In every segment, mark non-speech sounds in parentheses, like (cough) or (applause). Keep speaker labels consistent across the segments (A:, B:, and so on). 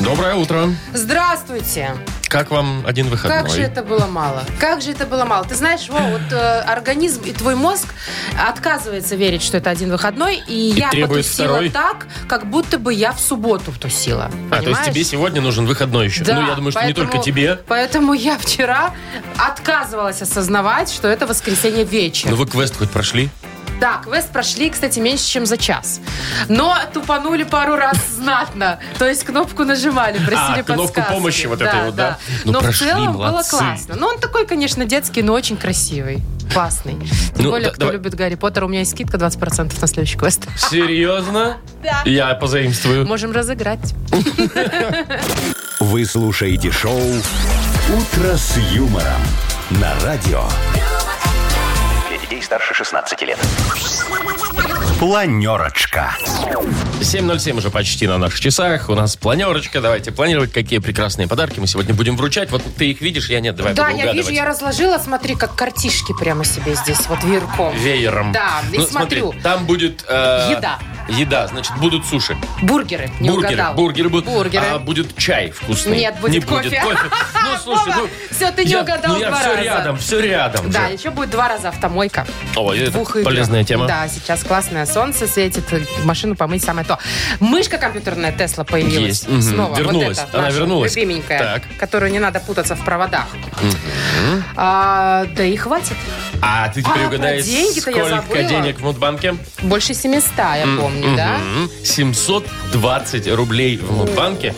A: Доброе утро.
B: Здравствуйте.
A: Как вам один выходной?
B: Как же это было мало? Как же это было мало? Ты знаешь, Вова, вот э, организм и твой мозг отказывается верить, что это один выходной, и, я
A: требует
B: потусила
A: второй?
B: так, как будто бы я в субботу тусила.
A: А, то есть тебе сегодня нужен выходной еще?
B: Да,
A: ну, я думаю, что не
B: поэтому-
A: только тебе.
B: Поэтому я вчера отказывалась осознавать, что это воскресенье вечер.
A: Ну, вы квест хоть прошли?
B: Да, квест прошли, кстати, меньше, чем за час. Но тупанули пару раз знатно. То есть кнопку нажимали, просили
A: А, кнопку
B: подсказки.
A: помощи вот этой вот, да? Ну,
B: Но в
A: прошли,
B: целом
A: молодцы.
B: было классно. Но он такой, конечно, детский, но очень красивый. Классный. Тем
A: Ну,
B: более,
A: да-
B: кто
A: давай.
B: любит Гарри Поттера, у меня есть скидка 20% на
A: (laughs)
B: следующий квест.
A: Серьезно?
B: Да.
A: Я позаимствую.
B: Можем разыграть.
C: Вы слушаете шоу «Утро с юмором» на радио. Для детей старше 16 лет. Планерочка.
A: 7.07 уже почти на наших часах. У нас планерочка. Давайте планировать, какие прекрасные подарки мы сегодня будем вручать. Вот ты их видишь, я нет. Давай
B: Да,
A: буду
B: я
A: угадывать.
B: вижу, я разложила, смотри, как картишки прямо себе здесь, вот веерком.
A: Веером.
B: Да, и
A: ну,
B: смотрю.
A: Смотри, там будет... э,
B: Еда.
A: Еда, значит, будут суши.
B: Бургеры, не
A: бургеры,
B: угадал.
A: бургеры будут.
B: Бургеры.
A: А будет чай вкусный.
B: Нет, будет
A: не
B: кофе.
A: Будет кофе. Ну,
B: (laughs)
A: слушай, ну...
B: Все, ты не
A: я-
B: угадал
A: ну, я
B: два
A: все
B: раза.
A: рядом, все рядом.
B: Да,
A: же.
B: еще будет два раза автомойка.
A: Ой, это
B: Двух игр.
A: полезная тема.
B: Да, сейчас классное солнце светит, машину помыть самое то. Мышка компьютерная Тесла появилась
A: Есть, мгм.
B: снова.
A: Вернулась.
B: Вот эта
A: Она
B: наша
A: вернулась.
B: Любименькая,
A: Так.
B: которую не надо путаться в проводах. А, да и хватит.
A: А ты теперь
B: А, про
A: угадай,
B: деньги-то я
A: сколько
B: забыла.
A: денег в Мудбанке?
B: Больше 700, я помню, да?
A: Мгм. 720 рублей в Мудбанке.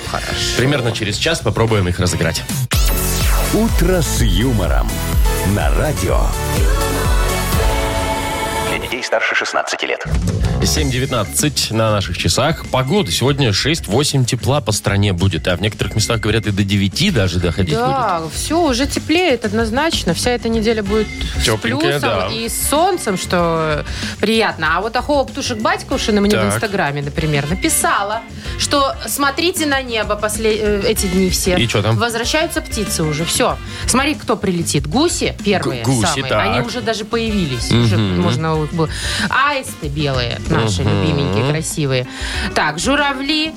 A: Примерно через час попробуем их разыграть.
C: «Утро с юмором» на радио. Для детей старше 16 лет.
A: 7.19 на наших часах. Погода сегодня 6-8 тепла по стране будет. А в некоторых местах, говорят, и до 9 даже доходить будет.
B: Да, все, уже теплеет однозначно. Вся эта неделя будет с
A: Тепленькая,
B: плюсом
A: да.
B: и с солнцем, что приятно. А вот Ахова Птушек Батькушина мне в
A: Так.
B: Инстаграме, например, написала, что смотрите на небо после э, эти дни все.
A: И чё там?
B: Возвращаются птицы уже, все. Смотри, кто прилетит. Гуси первые
A: Г- гуси,
B: самые.
A: так.
B: Они уже даже появились. Уже можно их было- Аисты белые наши, любименькие, красивые. Так, журавли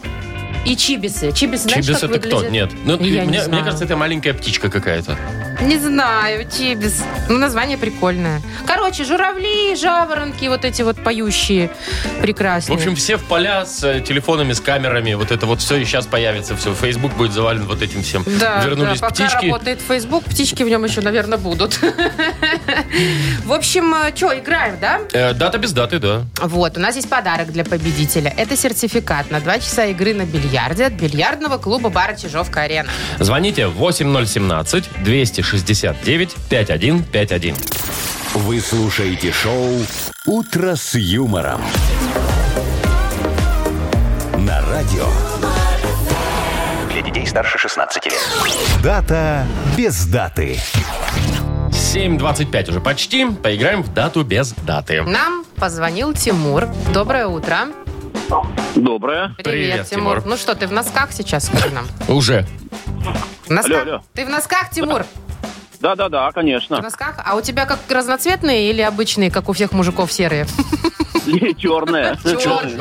B: и чибисы. Чибисы, знаешь,
A: Чибис
B: как
A: это кто? Нет.
B: выглядят?
A: Ну,
B: Я не
A: мне, мне
B: знаю.
A: кажется, это маленькая птичка какая-то.
B: Не знаю, чибис. Ну, название прикольное. Короче, журавли, жаворонки, вот эти вот поющие
A: В
B: прекрасные.
A: общем, все в поля с э, телефонами, с камерами. Вот это вот все и сейчас появится. Все, Facebook будет завален вот этим всем.
B: да,
A: Вернулись
B: да, пока
A: птички.
B: работает Facebook, птички в нем еще, наверное, будут. (laughs) В общем, что, играем, да?
A: Э, дата без даты, да.
B: Вот, у нас есть подарок для победителя. Это сертификат на два часа игры на бильярде от бильярдного клуба бара «Чижовка-арена».
A: Звоните 8017-269-5151.
C: Вы слушаете шоу «Утро с юмором» на радио. Для детей старше 16 лет. Дата без даты.
A: 7.25 уже почти. Поиграем в дату без даты.
B: Нам позвонил Тимур. Доброе утро.
D: Доброе.
A: Привет, Тимур.
B: Ну что, ты в носках сейчас, скажи нам?
A: Уже.
B: В носках?
D: алло.
B: Ты в носках, Тимур?
D: Да-да-да,
B: В
D: конечно.
B: носках? А у тебя как разноцветные или обычные, как у всех мужиков, серые? (laughs)
A: Черные,
D: Черное.
B: Всё-таки чёрные.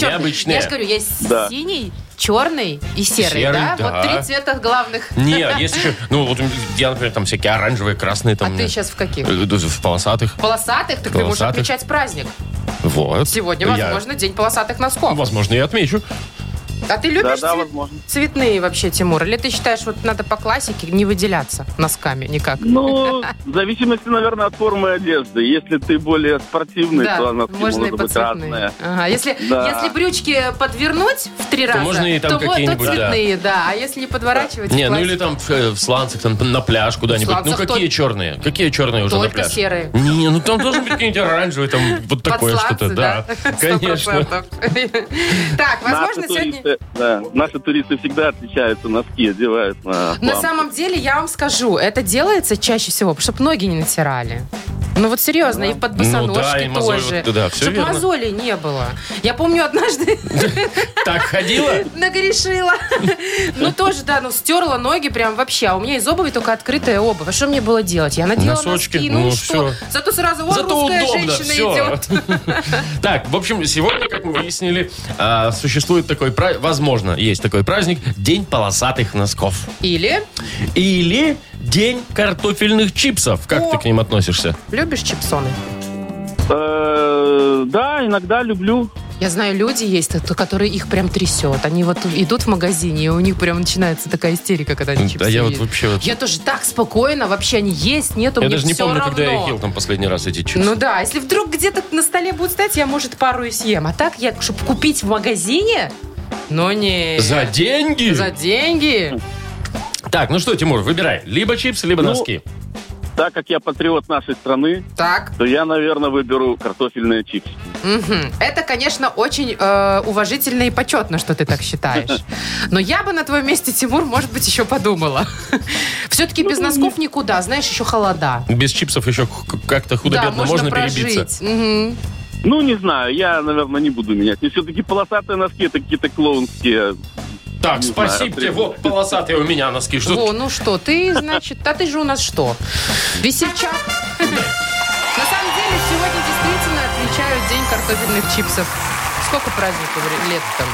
A: Ну, необычные.
B: Я же говорю, есть
D: Да.
B: синий, черный и серый,
A: Серый,
B: да?
A: да.
B: Вот три цвета главных.
A: Не, есть еще... Ну, вот я, например, там всякие оранжевые, красные.
B: А
A: Там,
B: ты сейчас в каких?
A: Э, э, В полосатых.
B: Полосатых? Так ты можешь
A: Полосатых.
B: отмечать праздник.
A: Вот.
B: Сегодня,
A: Я-
B: возможно, день полосатых носков.
A: Возможно, я отмечу.
B: А ты любишь
D: Да-да,
B: цве-
D: возможно.
B: цветные вообще, Тимур? Или ты считаешь, вот надо по классике не выделяться носками никак?
D: Ну, в зависимости, наверное, от формы одежды. Если ты более спортивный, то она
B: можно и
D: может быть
B: подцветные.
D: разная.
B: Ага, если,
D: Да.
B: если брючки подвернуть в три раза,
A: можно и там
B: то, вот- то
A: какие-нибудь, да.
B: цветные, да. А если не подворачивать,
A: Не,
B: в
A: ну
B: классике?
A: или там в, э, в сланцах, там на пляж куда-нибудь.
B: В
A: Ну
B: сланцах
A: какие
B: только-
A: черные? Какие черные уже на
B: Только
A: пляж?
B: серые.
A: Не, ну там должен быть какие-нибудь оранжевые, там вот такое
B: Подсланцы,
A: что-то, да.
B: (laughs) Сто
A: Конечно.
B: процентов. (laughs) Так, возможно,
D: наши,
B: сегодня...
D: туристы, да, наши туристы всегда отличаются, носки одевают на
B: На
D: план.
B: самом деле, я вам скажу, это делается чаще всего, чтобы ноги не натирали. Ну вот серьезно, и под босоножки
A: Ну да, и мозоль-
B: тоже.
A: да, всё
B: Чтоб
A: верно.
B: мозолей не было. Я помню однажды (laughs)
A: Так ходила?
B: нагрешила. Ну тоже, да, ну стерла ноги прям вообще. А у меня из обуви только открытая обувь. А что мне было делать? Я надела
A: Носочки,
B: носки, ну
A: ну,
B: и что?
A: всё.
B: Зато сразу, вот
A: Зато
B: русская
A: удобно,
B: женщина
A: все.
B: идет.
A: (laughs) Так, в общем, сегодня, как мы выяснили, а, существует такой, пра- возможно, есть такой праздник, День полосатых носков.
B: Или
A: Или День картофельных чипсов. Как
B: О.
A: ты к ним относишься?
B: любишь чипсоны?
D: Э, Да, иногда люблю.
B: Я знаю, люди есть, кто- которые их прям трясет. Они вот идут в магазине, и у них прям начинается такая истерика, когда они чипсы
A: Да я вот
B: едят.
A: вообще вот...
B: Я тоже так спокойно, вообще они есть, нету,
A: Я
B: мне
A: даже не
B: всё
A: помню,
B: равно.
A: когда я ел там последний раз эти чипсы.
B: Ну да, если вдруг где-то на столе будет стоять, я, может, пару и съем. А так я, чтобы купить в магазине, но не...
A: За деньги?
B: За деньги.
A: Так, ну что, Тимур, выбирай. Либо чипсы, либо
D: Ну,
A: носки.
D: Так как я патриот нашей страны,
B: Так.
D: то я, наверное, выберу картофельные чипсы.
B: Мгм. Это, конечно, очень э, уважительно и почетно, что ты так
A: (laughs)
B: считаешь. Но я бы на твоем месте, Тимур, может быть, еще подумала. (laughs) Все-таки
A: Ну,
B: без носков никуда, знаешь, еще холода.
A: Без чипсов еще к- как-то
B: Да,
A: худо-бедно можно, перебиться.
B: прожить. Мгм.
D: Ну, не знаю, я, наверное, не буду менять. И все-таки полосатые носки это какие-то клоунские.
A: Так,
D: Не
A: спасибо
D: знаю,
A: тебе.
D: прикольно.
A: Вот полосатые у меня носки. Что
B: Во,
A: ты-
B: ну что, ты, значит, а ты же у нас что? Весельчак. На самом деле, сегодня действительно отмечают День картофельных чипсов. Сколько праздников ре- лет там? Ну,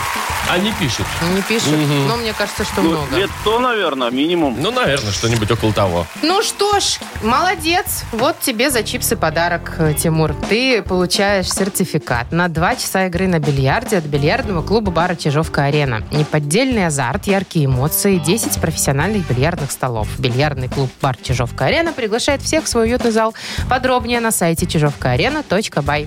A: Они пишут.
B: Не пишут,
A: Мгм.
B: но мне кажется, что
D: Ну,
B: много.
D: лет 100, наверное, минимум.
A: Ну, наверное, что-нибудь около того.
B: Ну что ж, молодец. Вот тебе за чипсы подарок, э, Тимур. Ты получаешь сертификат на два часа игры на бильярде от бильярдного клуба бара «Чижовка-арена». Неподдельный азарт, яркие эмоции, 10 профессиональных бильярдных столов. Бильярдный клуб бар «Чижовка-арена» приглашает всех в свой уютный зал. Подробнее на сайте чижовкаарена.бай.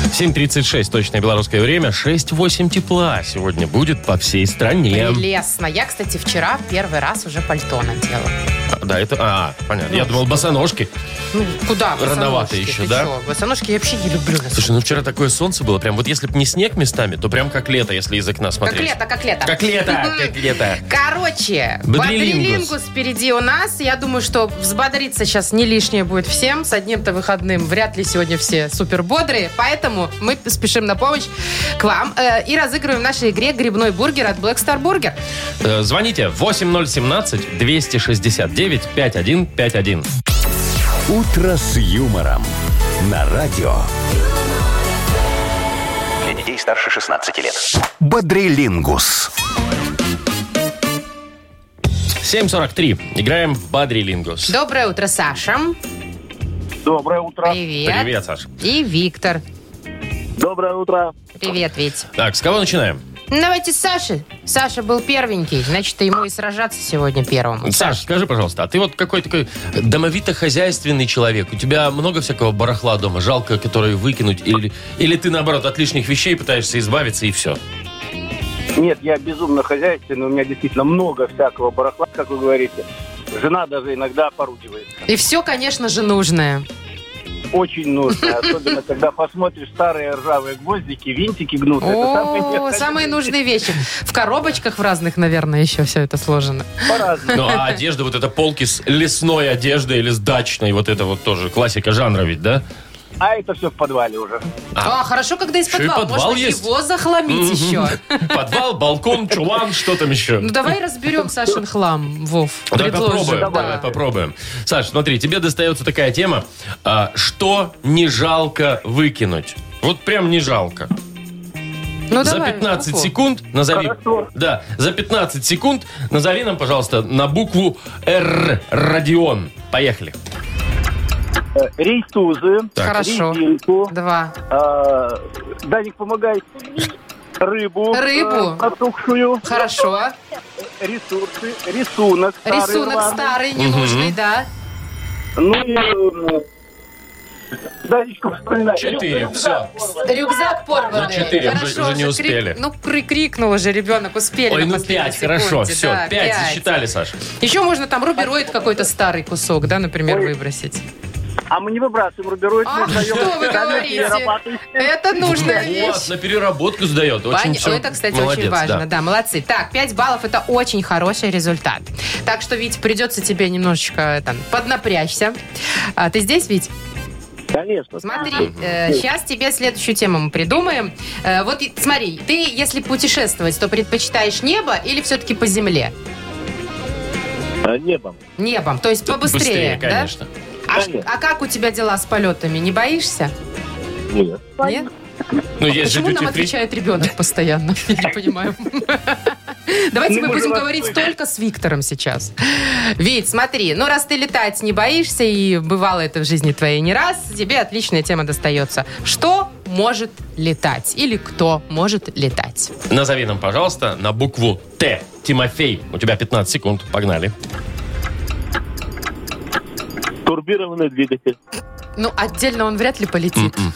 A: 7.36, точное белорусское время. 6-8 тепла сегодня будет по всей стране.
B: Прелестно. Я, кстати, вчера первый раз уже пальто надела.
A: А, Да, это... А, понятно. Я
B: Ну,
A: думал, босоножки.
B: Ну, куда?
A: Рановато
B: босоножки?
A: еще,
B: Ты
A: да?
B: чё? Босоножки я вообще не люблю. на самом
A: Слушай, ну вчера такое солнце было. Прям вот если бы не снег местами, то прям как лето, если из окна
B: Как
A: смотреть.
B: лето, как лето.
A: Как лето, как лето.
B: Короче,
A: Бодрилингус.
B: бодрилингус впереди у нас. Я думаю, что взбодриться сейчас не лишнее будет всем. С одним-то выходным вряд ли сегодня все супер бодрые. Поэтому мы спешим на помощь к вам э, и разыгрываем в нашей игре грибной бургер от Black Star Burger.
A: Э, Звоните 8017-269-5151.
C: «Утро с юмором» на радио.
E: Для детей старше 16 лет.
C: Бодрилингус.
A: 7.43. Играем в Бадрилингус.
B: Доброе утро, Саша.
D: Доброе утро.
B: Привет.
A: Привет, Саш.
B: И Виктор.
D: Доброе утро.
B: Привет, Вить.
A: Так, с кого начинаем?
B: Ну, Давайте с Саши. Саша был первенький, значит, ему и сражаться сегодня первому.
A: Саш, скажи, пожалуйста, а ты вот какой такой домовито-хозяйственный человек? У тебя много всякого барахла дома, жалко, которые выкинуть? Или, или ты, наоборот, от лишних вещей пытаешься избавиться и все?
F: Нет, я безумно хозяйственный, у меня действительно много всякого барахла, как вы говорите. Жена даже иногда поругивает.
B: И все, конечно же, нужное. (laughs)
F: Очень нужно, особенно когда посмотришь старые ржавые гвоздики, винтики гнутся. Это самое
B: О,
F: необходимое.
B: самые нужные вещи. В коробочках в разных, наверное, еще все это сложено.
F: По-разному.
A: Ну, а одежда, вот это полки с лесной одеждой или с дачной, вот это вот тоже классика жанра ведь, да?
F: А это все в подвале уже.
B: А, хорошо, когда из
A: Еще и
B: подвала.
A: подвал
B: Можно
A: есть.
B: его захламить еще.
A: Подвал, балкон, чулан, что там еще?
B: Ну, давай разберем Сашин хлам, Вов.
A: Ну, Давай
B: Предложим.
A: попробуем,
B: Да.
A: давай попробуем. Саш, смотри, тебе достается такая тема, а, что не жалко выкинуть. Вот прям не жалко.
B: Ну,
A: за
B: давай,
A: 15
B: Вов.
A: секунд назови...
F: Хорошо.
A: Да, за 15 секунд назови нам, пожалуйста, на букву Р. Родион. Поехали.
F: Э, Рейтузы,
B: Хорошо.
F: резинку,
B: Два.
F: э, Даник, помогай. Рыбу.
B: Рыбу.
F: э, Протухшую.
B: Хорошо.
F: Ресурсы. Рисунок. старый
B: Рисунок
F: рваный.
B: старый, ненужный, да.
F: Ну и... э, Данечку вспоминай. Ну,
A: Четыре, все.
B: Рюкзак порванный.
A: Ну, четыре, уже-
B: Хорошо,
A: уже не
B: крик-
A: успели.
B: Ну, кри- крикнул уже ребенок, успели.
A: Ой,
B: на
A: ну
B: последней
A: 5, хорошо,
B: секунде,
A: все,
B: да,
A: 5 засчитали, Саша.
B: Еще можно там рубероид какой-то старый кусок, да, например, выбросить.
F: А мы не выбрасываем рубероид,
B: А,
F: мы сдаем
B: что вы
F: на
B: говорите?
F: перерабатывающие.
B: Это нужная
A: Вот,
B: вещь.
A: на переработку сдает. Очень
B: Пон-
A: все
B: Это, кстати,
A: молодец,
B: очень важно. Да.
A: да.
B: молодцы. Так, 5 баллов – это очень хороший результат. Так что, Вить, придется тебе немножечко там, поднапрячься. А, ты здесь, Вить?
F: Конечно.
B: Смотри, сейчас тебе следующую тему мы придумаем. Э, вот и- смотри, ты, если путешествовать, то предпочитаешь небо или все-таки по земле?
F: А, Небом.
B: Небом, то есть побыстрее,
A: Быстрее,
B: да?
A: конечно.
B: А,
F: конечно.
B: а как у тебя дела с полетами? Не боишься?
F: Нет.
B: Нет?
A: Ну, есть же
B: А Почему нам
A: duty free.
B: отвечает ребенок постоянно? (laughs) Я не понимаю. Давайте
F: Ну,
B: мы
F: мы
B: будем
F: же вас
B: говорить
F: слышим.
B: только с Виктором сейчас. Вить, смотри, ну раз ты летать не боишься, и бывало это в жизни твоей не раз, тебе отличная тема достается. Что может летать? Или кто может летать?
A: Назови нам, пожалуйста, на букву Т. Тимофей, у тебя 15 секунд. Погнали.
F: Турбированный двигатель.
B: Ну, отдельно он вряд ли полетит.
A: М-м.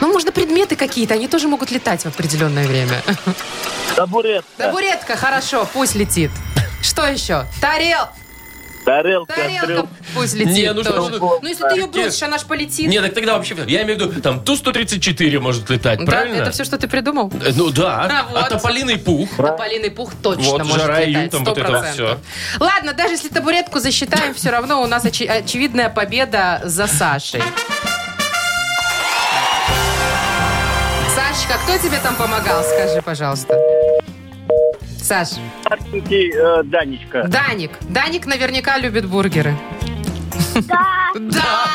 B: Ну, можно предметы какие-то, они тоже могут летать в определенное время.
F: Табуретка.
B: Табуретка, хорошо, пусть летит. Что еще? Тарел,
F: Тарелка.
B: тарелка,
F: стрел-
B: пусть летит.
A: Не, ну что
B: тоже.
A: вы-
B: Ну, если ты ее бросишь, она ж полетит.
A: Не, так тогда вообще... Я имею в виду, там Ту-134 может летать,
B: Да,
A: правильно?
B: это все, что ты придумал?
A: Э, Ну да,
B: А,
A: а,
B: вот.
A: тополиный пух.
B: Тополиный пух точно
A: Вот,
B: может
A: жара и
B: летать,
A: ютом, вот это вот
B: 100%. Ладно, даже если табуретку засчитаем, все равно у нас очи- очевидная победа за Сашей. Сашечка, кто тебе там помогал, скажи, пожалуйста. Саш,
F: Старшенький э, Данечка.
B: Даник. Даник наверняка любит бургеры. Да!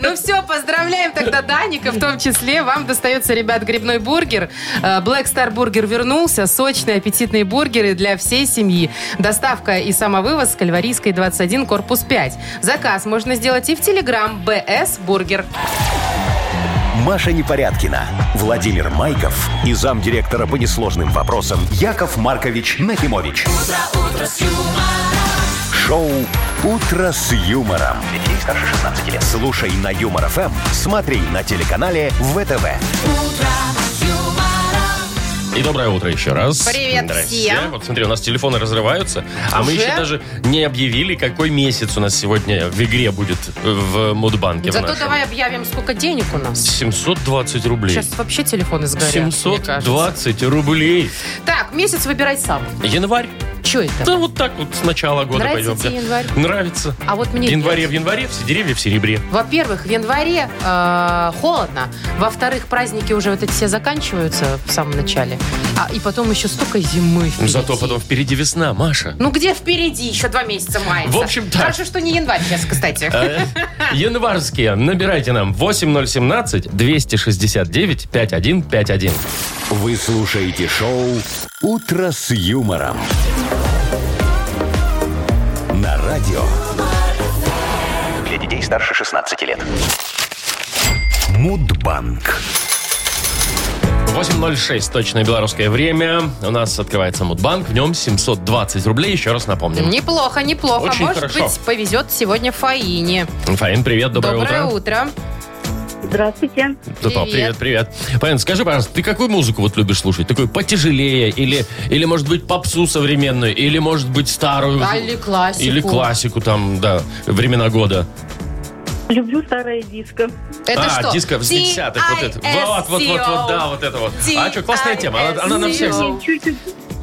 B: Ну все, поздравляем тогда Даника, в том числе. Вам достается, ребят, грибной бургер. Э, Black Star Burger вернулся. Сочные, аппетитные бургеры для всей семьи. Доставка и самовывоз с Кальварийской 21, корпус 5. Заказ можно сделать и в Телеграм БС Бургер.
C: Маша Непорядкина, Владимир Майков и замдиректора по несложным вопросам Яков Маркович Нахимович. Шоу Утро с юмором. Детей старше 16 лет. Слушай на юмор ФМ, смотри на телеканале ВТВ.
A: И доброе утро еще раз.
B: Привет
A: Здрасте.
B: всем.
A: Вот смотри, у нас телефоны разрываются, а мы
B: Уже?
A: еще даже не объявили, какой месяц у нас сегодня в игре будет э, в Мудбанке. в
B: Зато
A: нашем.
B: давай объявим, сколько денег у нас.
A: 720 рублей.
B: Сейчас вообще телефоны сгорят, мне кажется.
A: 720 рублей.
B: Так, месяц выбирай сам.
A: Январь.
B: Че
A: Да
B: это?
A: вот так вот с начала года
B: Нравится
A: пойдем.
B: тебе январь?
A: Нравится.
B: А вот
A: В
B: мне
A: январе
B: нет.
A: в январе, все деревья в серебре.
B: Во-первых, в январе э, холодно. Во-вторых, праздники уже вот эти все заканчиваются в самом начале. А, и потом еще столько зимы впереди.
A: Зато потом впереди весна, Маша.
B: Ну где впереди? Еще два месяца мая.
A: В общем, так.
B: Хорошо, что не январь сейчас, кстати.
A: Э, Январские. Набирайте нам 8017-269-5151.
C: Вы слушаете шоу Утро с юмором. На радио
E: Для детей старше 16 лет.
C: Мудбанк.
A: 8.06, точное белорусское время. У нас открывается Мудбанк, в нем 720 рублей, еще раз напомним.
B: Неплохо, неплохо.
A: Очень
B: Может
A: хорошо.
B: быть, повезет сегодня Фаине.
A: Фаин, привет, доброе, утро.
B: утро.
G: Здравствуйте.
A: Да-да,
B: Привет.
A: привет, привет. Фаин, скажи, пожалуйста, ты какую музыку вот любишь слушать? Такую потяжелее или, или может быть, попсу современную, или, может быть, старую?
B: А, или классику.
A: Или классику там, да, времена года.
G: Люблю старое диско.
B: Это
A: а,
B: что?
A: диско с 10-х, вот это. Вот, вот, вот, вот, да, вот это вот. А что, классная тема, она, она нам всех...
B: TISCO.
G: И чуть-чуть,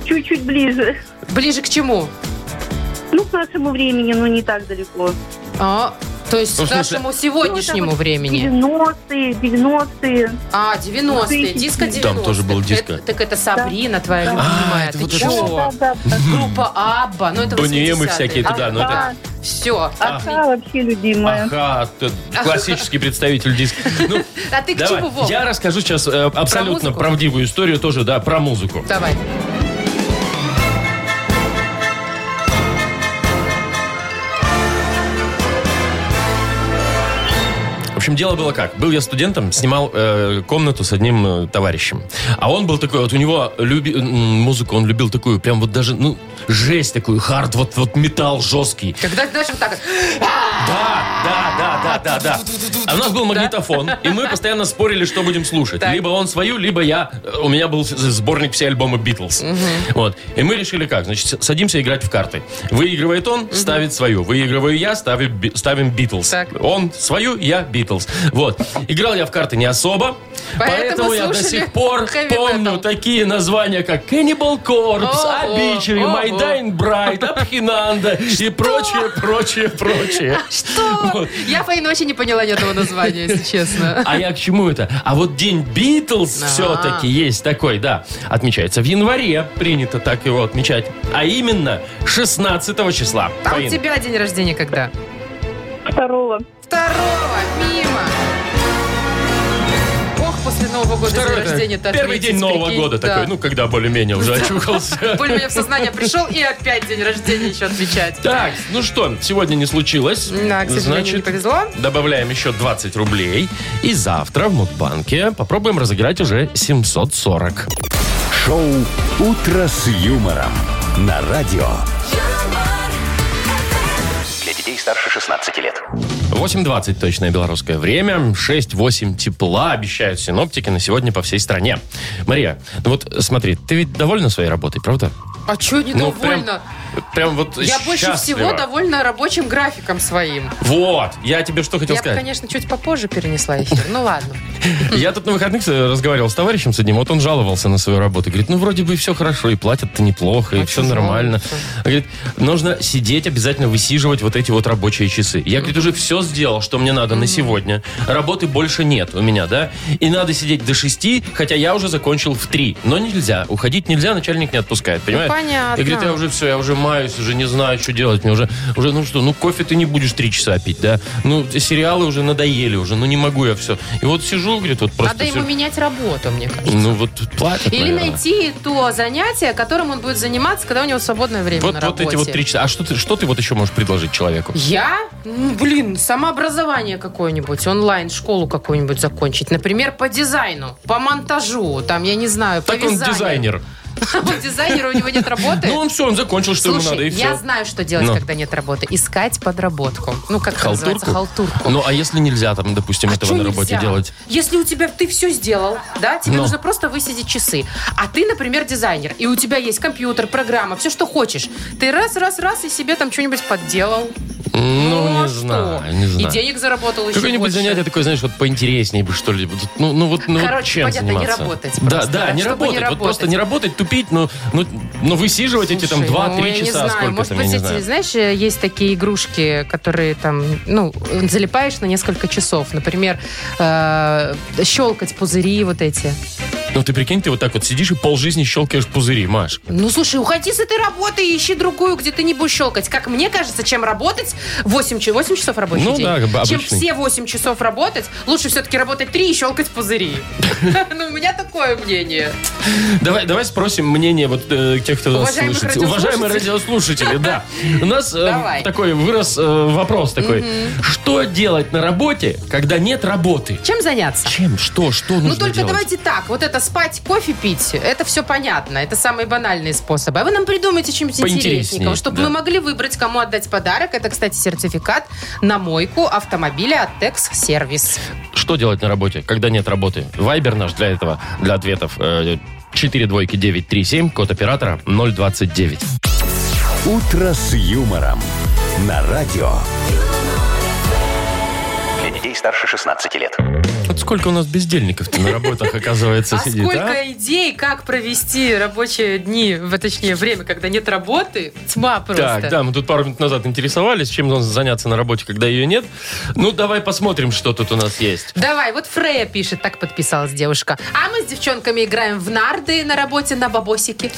G: чуть-чуть ближе.
B: Ближе к чему?
G: Ну, к нашему времени, но не так далеко.
B: А, то есть
A: Ну, в
B: к
A: смысле-
B: нашему сегодняшнему
G: Ну, это вот
B: времени.
G: 90-е, 90-е.
B: А, 90-е,
G: Тысячи.
B: диско 90-е.
A: Там тоже был
B: Так
A: диско.
B: это- Так это Сабрина твоя
G: Да.
B: любимая.
A: А, это
B: Ты
A: вот это
B: чё?
G: Да, да, да.
B: Группа Абба. Ну, это
A: Бониемы
B: 80-е.
A: всякие, А. это да, ну это...
G: Ага,
B: Все.
G: отца вообще любимая.
A: Ага, ты классический представитель диска. Ну,
B: (laughs) А ты к
A: Давай,
B: чему, Вов?
A: я расскажу сейчас э, абсолютно
B: музыку?
A: правдивую историю тоже, да, про музыку.
B: Давай.
A: В общем, общем, дело было как. Был я студентом, снимал э, комнату с одним э, товарищем. А он был такой, вот у него люби, м, музыку, он любил такую, прям вот даже, ну, жесть такую, хард, вот, вот металл жесткий.
B: Когда, знаешь, вот так
A: Да, да, да, да, да, да. А у нас был магнитофон, и мы постоянно спорили, что будем слушать.
B: Так.
A: Либо он свою, либо я. Э, У меня был с- сборник все альбомы Битлз. Вот. И мы решили как? Значит, с- садимся играть в карты. Выигрывает он, ставит свою. Выигрываю я, ставим, Би- ставим Битлз.
B: Так.
A: Он свою, я Битлз. Вот. Играл я в карты не особо.
B: Поэтому
A: Поэтому, я до
B: слушали
A: сих пор
B: хэви
A: помню
B: метал.
A: такие названия, как Cannibal Corpse,
B: Ого,
A: Obituary,
B: ого.
A: My Dying Bride, Абхинанда и прочее, прочее, прочее.
B: Что?
A: Вот.
B: Я Фаина вообще не поняла ни этого названия, если честно.
A: А я к чему это? А вот День Битлз
B: Да.
A: все-таки есть такой, да. Отмечается в январе, принято так его отмечать. А именно 16 числа.
B: А у
A: Фаин,
B: тебя день рождения когда?
G: Второго.
B: Второго, мимо. Ох, после Нового года
A: второй,
B: день
A: да,
B: рождения-то
A: Первый
B: отметить,
A: день Нового
B: прикинь,
A: года
B: да.
A: такой, ну, когда более-менее
B: (laughs)
A: уже очухался.
B: Более меня в сознание пришел и опять день рождения еще отмечать.
A: Так, ну что, сегодня не случилось.
B: Да, к сожалению, не повезло.
A: Добавляем еще 20 рублей. И завтра в Мудбанке попробуем разыграть уже 740.
C: Шоу «Утро с юмором» на радио.
E: Для детей старше 16 лет.
A: 8.20 точное белорусское время. 6-8 тепла обещают синоптики на сегодня по всей стране. Мария, ну вот смотри, ты ведь довольна своей работой, правда?
B: А что недовольна?
A: Ну, прям, прям вот
B: Я больше всего
A: счастлива.
B: довольна рабочим графиком своим.
A: Вот, я тебе что хотел
B: Я бы,
A: сказать.
B: конечно, чуть попозже перенесла эфир. Ну ладно.
A: (laughs) Я тут на выходных с- э, разговаривал с товарищем с одним, вот он жаловался на свою работу. Говорит, ну вроде бы все хорошо, и платят-то неплохо, и
B: А
A: все
B: чё
A: нормально.
B: жаловаться?
A: А Говорит, нужно сидеть, обязательно высиживать вот эти вот рабочие часы. Я, говорит, уже все сделал, что мне надо на сегодня. Работы больше нет у меня, да? И надо сидеть до шести, хотя я уже закончил в три. Но нельзя, уходить нельзя, начальник не отпускает, понимаешь?
B: Ну, понятно.
A: И говорит, я уже все, я уже маюсь, уже не знаю, что делать. Мне уже, уже, ну что, ну кофе ты не будешь три часа пить, да? Ну, сериалы уже надоели уже, ну не могу я все. И вот сижу, говорит, вот просто...
B: Надо ему
A: сижу.
B: менять работу, мне кажется.
A: Ну вот платят,
B: Или
A: наверное.
B: найти то занятие, которым он будет заниматься, когда у него свободное время
A: Вот,
B: на
A: вот
B: работе.
A: эти вот три часа. А что ты, что ты вот еще можешь предложить человеку?
B: Я? М, Блин, самообразование какое-нибудь, онлайн, школу какую-нибудь закончить. Например, по дизайну, по монтажу, там, я не знаю, по
A: Так он
B: вязанию. (laughs)
A: дизайнер.
B: Он дизайнер, у него
A: (laughs)
B: нет работы.
A: Ну он все, он закончил, что ему надо,
B: Слушай,
A: и
B: я
A: все.
B: знаю, что делать,
A: Ну.
B: когда нет работы. Искать подработку. Ну, как это называется?
A: Халтурку?
B: Халтурку.
A: Ну а если нельзя там, допустим,
B: А
A: этого
B: чё
A: на работе
B: нельзя?
A: делать?
B: Если у тебя ты все сделал, да, тебе
A: Ну.
B: нужно просто высидеть часы. А ты, например, дизайнер, и у тебя есть компьютер, программа, все, что хочешь. Ты раз, раз, раз и себе там что-нибудь подделал.
A: Ну, не
B: а что?
A: знаю, не знаю.
B: И денег заработал еще
A: Какое-нибудь
B: больше.
A: занятие такое, знаешь, вот поинтереснее бы что ли. Вот, Ну, ну вот, ну, вот
B: Короче,
A: чем
B: понятно, не
A: заниматься?
B: работать
A: Да,
B: просто,
A: да,
B: да,
A: не
B: чтобы
A: работать.
B: не
A: Вот просто
B: работать.
A: не работать, тупить, но, но, но высиживать эти там
B: Слушай, ну,
A: 2-3
B: я не
A: часа,
B: знаю,
A: сколько
B: Может
A: там,
B: быть,
A: я не
B: эти,
A: знаю.
B: знаешь, э, есть такие игрушки, которые там, ну, залипаешь на несколько часов. Например, э, щелкать пузыри вот эти.
A: Ну ты прикинь, ты вот так вот сидишь и полжизни щелкаешь пузыри, Маш.
B: Ну, слушай, уходи с этой работы и ищи другую, где ты не будешь щелкать. Как мне кажется, чем работать 8, часов 8 часов рабочий
A: Ну
B: день.
A: да, как бы
B: чем
A: обычный.
B: все 8 часов работать, лучше все-таки работать 3 и щелкать пузыри. (laughs) Ну, у меня такое мнение.
A: Давай, давай спросим мнение вот э, тех, кто нас
B: Уважаемых
A: слушает. Уважаемые радиослушатели, да. У нас э,
B: Давай.
A: такой вырос э, вопрос такой. Что делать на работе, когда нет работы?
B: Чем заняться?
A: Чем? Что? Что нужно
B: Ну, только
A: делать?
B: давайте так. Вот это спать, кофе пить, это все понятно. Это самые банальные способы. А вы нам придумайте что-нибудь
A: Поинтереснее,
B: интересненького, чтобы
A: да.
B: мы могли выбрать, кому отдать подарок. Это, кстати, сертификат на мойку автомобиля от Tex Сервис.
A: Что делать на работе, когда нет работы? Вайбер наш для этого, для ответов. э, 4 двойки 937, код оператора 029.
C: «Утро с юмором» на радио.
E: Для детей старше 16 лет.
A: Вот сколько у нас бездельников-то на (laughs) работах, оказывается,
B: А
A: сидит,
B: сколько
A: а?
B: идей, как провести рабочие дни, в, точнее, время, когда нет работы, тьма просто.
A: Так, да, мы тут пару минут назад интересовались, чем нужно заняться на работе, когда ее нет. Ну, давай посмотрим, что тут у нас есть.
B: Давай, вот Фрея пишет, так подписалась девушка. А мы с девчонками играем в нарды на работе на бабосики.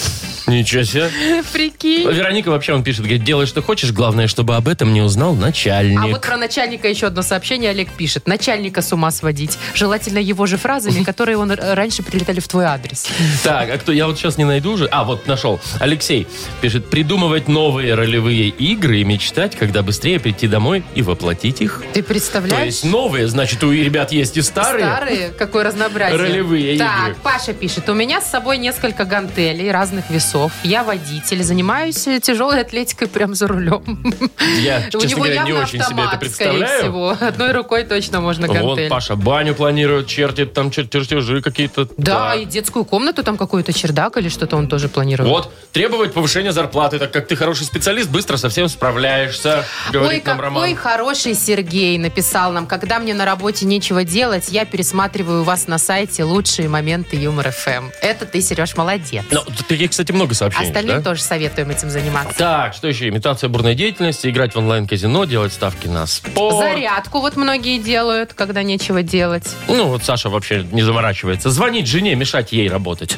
A: Ничего (laughs) себе.
B: (laughs) Прикинь.
A: Вероника вообще, он пишет, говорит, делай, что хочешь, главное, чтобы об этом не узнал начальник.
B: А вот про начальника еще одно сообщение Олег пишет. Начальника с ума сводить. Желательно его
A: (laughs)
B: же фразами, которые он р- раньше прилетали в твой адрес.
A: Так, а кто? Я вот сейчас не найду уже. А, вот нашел. Алексей пишет, придумывать новые ролевые игры и мечтать, когда быстрее прийти домой и воплотить их.
B: Ты
A: То
B: представляешь?
A: есть новые, значит, у ребят есть и старые.
B: какое разнообразие.
A: Ролевые
B: Так,
A: игры.
B: Паша пишет. У меня с собой несколько гантелей разных весов. Я водитель, занимаюсь э, тяжелой атлетикой прям за рулем.
A: Я,
B: У
A: честно
B: него
A: говоря, не
B: явно
A: очень себе это
B: автомат, скорее
A: представляю.
B: всего. Одной рукой точно можно
A: Вон
B: гантель.
A: Паша баню планирует, чертит там чер- чертежи какие-то.
B: Да,
A: Так.
B: и детскую комнату там какой-то чердак или что-то он тоже планирует.
A: Вот, требовать повышения зарплаты, так как ты хороший специалист, быстро со всем справляешься,
B: Ой,
A: говорит нам
B: какой
A: Роман.
B: хороший Сергей написал нам. Когда мне на работе нечего делать, я пересматриваю у вас на сайте лучшие моменты Юмор ФМ. Это ты, Сереж, молодец.
A: Ну, таких, кстати, много сообщений.
B: Остальным
A: да?
B: тоже советуем этим заниматься.
A: Так, что еще? Имитация бурной деятельности, играть в онлайн-казино, делать ставки на спорт.
B: Зарядку вот многие делают, когда нечего делать.
A: Ну, вот Саша вообще не заморачивается. Звонить жене, мешать ей работать.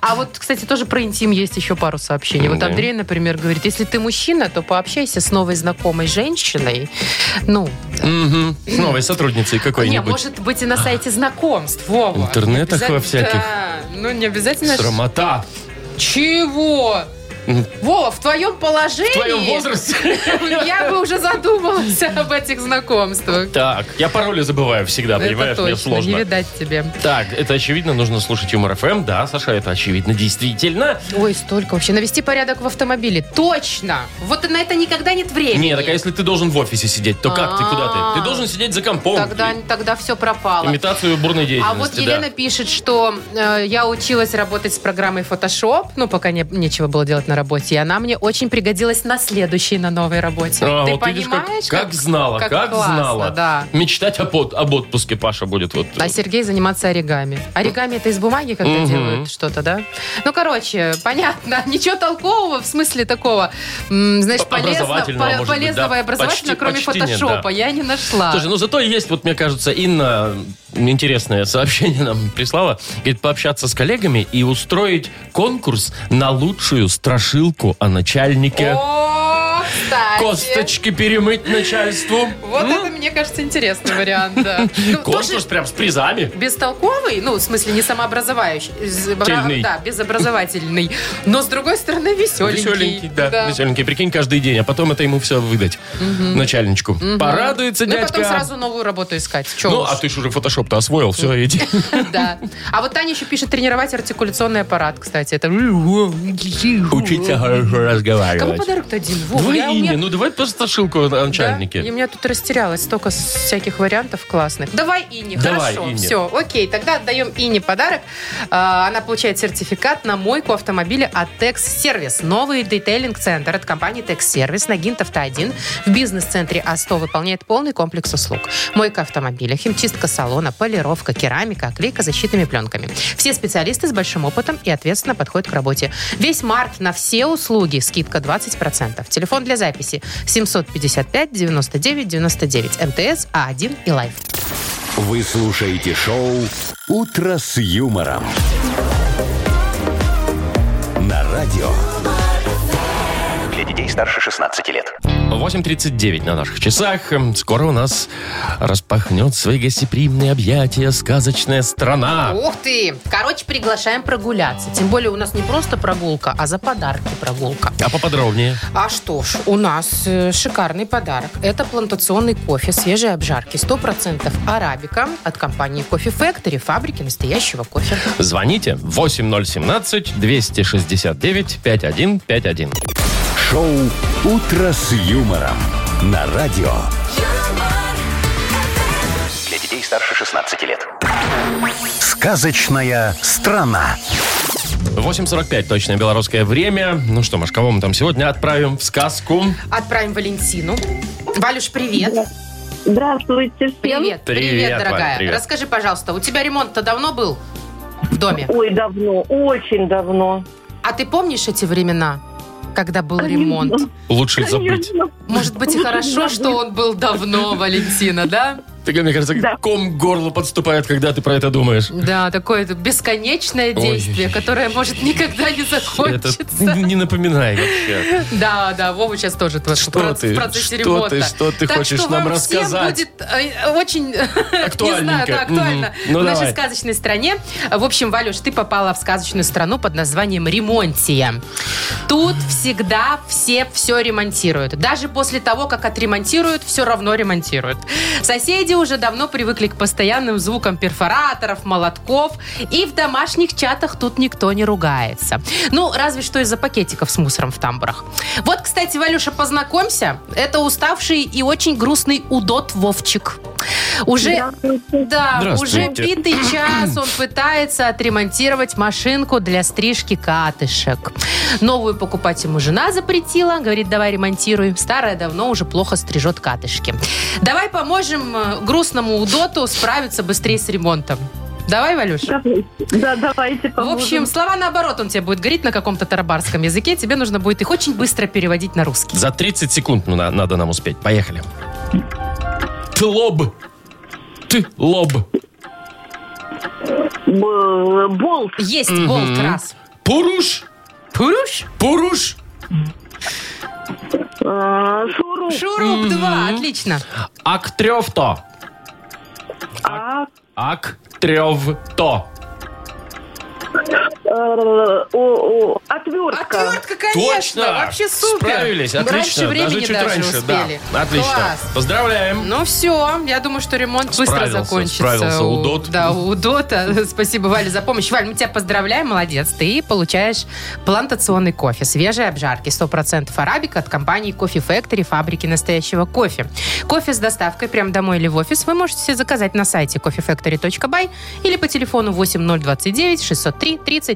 B: А вот, кстати, тоже про интим есть еще пару сообщений. Вот
A: Да.
B: Андрей, например, говорит, если ты мужчина, то пообщайся с новой знакомой женщиной. Ну,
A: Мгм. С новой сотрудницей
B: не,
A: какой-нибудь.
B: может быть и на сайте знакомств, Вова.
A: В интернетах
B: Не обязательно-
A: во всяких.
B: Да, ну не обязательно. ж-
A: Срамота.
B: Чего?
A: Ну.
B: Вова, в твоем положении...
A: В твоем возрасте.
B: (laughs)
A: (laughs)
B: Я бы уже задумалась об этих знакомствах.
A: Так, я пароли забываю всегда, понимаешь?
B: Это
A: Мне
B: точно, не
A: сложно.
B: видать тебе.
A: Так, это очевидно, нужно слушать Юмор ФМ. Да, Саша, это очевидно, действительно.
B: Ой, столько вообще. Навести порядок в автомобиле. Точно! Вот на это никогда нет времени.
A: Не, так а если ты должен в офисе сидеть, то как ты, куда ты? Ты должен сидеть за компом.
B: А, Тогда, тогда все пропало.
A: Имитацию бурной
B: А
A: деятельности,
B: вот
A: да.
B: Елена пишет, что э, я училась работать с программой Photoshop, ну, пока не- нечего было делать на работе, и она мне очень пригодилась на следующей, на новой работе.
A: А,
B: Ты
A: вот видишь, как-
B: понимаешь?
A: как, знала, как,
B: классно,
A: знала.
B: да.
A: Мечтать об, от- об отпуске Паша будет. Вот.
B: А Сергей заниматься оригами. Оригами это из бумаги когда
A: Мгм.
B: делают что-то, да? Ну, короче, понятно. (laughs) Ничего толкового, в смысле такого, м, знаешь,
A: Об-
B: полезного,
A: образовательного,
B: по-
A: может быть,
B: полезного
A: да.
B: и образовательного,
A: Почти-
B: кроме
A: почти нет,
B: фотошопа,
A: да.
B: я не нашла.
A: Слушай, ну зато есть, вот мне кажется, Инна интересное сообщение нам прислала. Говорит, пообщаться с коллегами и устроить конкурс на лучшую страшилку о начальнике.
B: О, кстати.
A: Косточки перемыть начальству.
B: Вот это, мне кажется, интересный вариант,
A: (laughs)
B: да. Ну,
A: Конкурс
B: тоже
A: прям с призами.
B: бестолковый, ну, в смысле, не самообразовающий. из-
A: Тельный.
B: Да, безобразовательный. Но, с другой стороны, веселенький.
A: Веселенький, да, Веселенький, прикинь, каждый день, а потом это ему все выдать. Начальничку. Порадуется
B: Ну, и
A: дядька.
B: потом сразу новую работу искать. Чё
A: Ну,
B: уж.
A: а ты ж уже фотошоп-то освоил, все,
B: (laughs)
A: иди.
B: Да. А вот Таня еще пишет тренировать артикуляционный аппарат, кстати. Это...
A: Учиться (laughs) хорошо
B: Кому
A: разговаривать.
B: подарок-то один? Вова,
A: Давай,
B: я у меня-
A: Ине, ну давай просто страшилку о
B: Да,
A: начальнике.
B: и у меня тут растерялось столько с- всяких вариантов классных. Давай Ине,
A: Давай,
B: хорошо,
A: Ине.
B: все, окей, тогда отдаем Ине подарок. А, Она получает сертификат на мойку автомобиля от Текс Сервис. Новый детейлинг-центр от компании Текс Сервис на Гинтовта 1 в бизнес-центре А100 выполняет полный комплекс услуг. Мойка автомобиля, химчистка салона, полировка, керамика, оклейка защитными пленками. Все специалисты с большим опытом и ответственно подходят к работе. Весь март на все услуги скидка 20%. Телефон для записи 755 99 99 МТС А1 и Лайф.
C: Вы слушаете шоу «Утро с юмором». На радио.
E: Для детей старше 16 лет.
A: 8.39 на наших часах. Эм, Скоро у нас распахнет свои гостеприимные объятия сказочная страна.
B: Ух ты! Короче, приглашаем прогуляться. Тем более у нас не просто прогулка, а за подарки прогулка.
A: А поподробнее.
B: А что ж, у нас э, шикарный подарок. Это плантационный кофе свежей обжарки 100% арабика от компании Coffee Factory, фабрики настоящего кофе.
A: Звоните 8017-269-5151.
C: Шоу «Утро с юмором». На радио.
E: Для детей старше 16 лет.
C: Сказочная страна.
A: 8.45 точное белорусское время. Ну что, Маш, кого мы там сегодня отправим в сказку?
B: Отправим Валентину. Валюш, привет.
G: Здравствуйте всем.
B: Привет, привет,
A: Привет, Валь,
B: дорогая.
A: привет.
B: Расскажи, пожалуйста, у тебя ремонт-то давно был в доме?
G: Ой, давно, очень давно.
B: А ты помнишь эти времена, когда был ремонт?
A: Лучше забыть.
G: (laughs) Конечно.
B: Может быть, и хорошо, что он был давно, Валентина, да?
A: Ты, мне кажется,
G: Да.
A: ком к горлу подступает, когда ты про это думаешь.
B: Да, такое это бесконечное действие,
A: Ой-ой-ой.
B: которое может никогда не
A: Это
B: закончиться.
A: не напоминай вообще.
B: (laughs) Да, да, Вова сейчас тоже вот
A: Что
B: в проц-
A: ты?
B: в процессе
A: Что
B: ремонта.
A: ты? Что ты
B: Так
A: хочешь
B: что
A: нам
B: вам
A: рассказать?
B: Всем будет э, очень, (laughs) не
A: Актуальненько.
B: знаю, да, актуально.
A: Мгм. Ну,
B: в нашей
A: давай.
B: сказочной стране. В общем, Валюш, ты попала в сказочную страну под названием Ремонтия. Тут всегда все все ремонтируют. Даже после того, как отремонтируют, все равно ремонтируют. Соседи уже давно привыкли к постоянным звукам перфораторов, молотков. И в домашних чатах тут никто не ругается. Ну, разве что из-за пакетиков с мусором в тамбурах. Вот, кстати, Валюша, познакомься. Это уставший и очень грустный удот Вовчик. Уже, да, уже
A: Здравствуйте.
B: битый час он пытается отремонтировать машинку для стрижки катышек. Новую покупать ему жена запретила. Говорит, давай ремонтируем. Старая давно уже плохо стрижет катышки. Давай поможем э, грустному удоту справиться быстрее с ремонтом. Давай, Валюш?
G: Давайте. Да, давайте
B: В
G: поможем.
B: общем, слова наоборот он тебе будет говорить на каком-то тарабарском языке. Тебе нужно будет их очень быстро переводить на русский.
A: За 30 секунд ну, на- надо нам успеть. Поехали. Ты лоб. Ты лоб.
G: Б- болт.
B: Есть болт раз.
A: Пуруш. Пуруш? Пуруш.
G: э, шуруп.
B: Шуруп два. Отлично.
A: Актрёвто.
G: А,
A: Актрёвто.
G: э, о, о, отвертка.
B: Отвертка, конечно.
A: Точно.
B: Вообще супер.
A: Справились. Отлично.
B: Раньше времени
A: даже чуть раньше.
B: успели.
A: Да. Отлично.
B: Класс.
A: Поздравляем.
B: Ну все, я думаю, что ремонт быстро
A: Справился,
B: закончится.
A: справился удот.
B: Да, у Дота. (laughs) Спасибо, Валя, за помощь. Валь, мы тебя поздравляем, молодец. Ты получаешь плантационный кофе свежей обжарки 100% арабика от компании Coffee Factory, фабрики настоящего кофе. Кофе с доставкой прямо домой или в офис вы можете заказать на сайте coffeefactory.by или по телефону 8029 603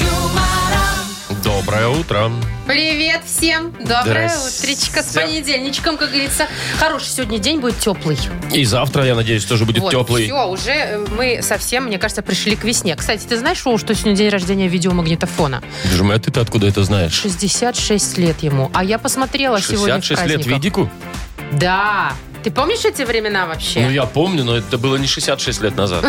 B: Ну.
A: Доброе утро.
B: Привет всем! Доброе
A: Здрасте.
B: утречко с понедельничком, как говорится. Хороший сегодня день будет теплый.
A: И завтра, я надеюсь, тоже будет
B: вот,
A: теплый.
B: Все, уже э, мы совсем, мне кажется, пришли к весне. Кстати, ты знаешь, Вов, что сегодня день рождения видеомагнитофона?
A: Боже мой, а ты-то откуда это знаешь?
B: 66 лет ему. А я посмотрела сегодня в
A: 66 лет
B: праздниках.
A: Видику?
B: Да. Ты помнишь эти времена вообще?
A: Ну, я помню, но это было не 66 лет
B: (laughs)
A: назад.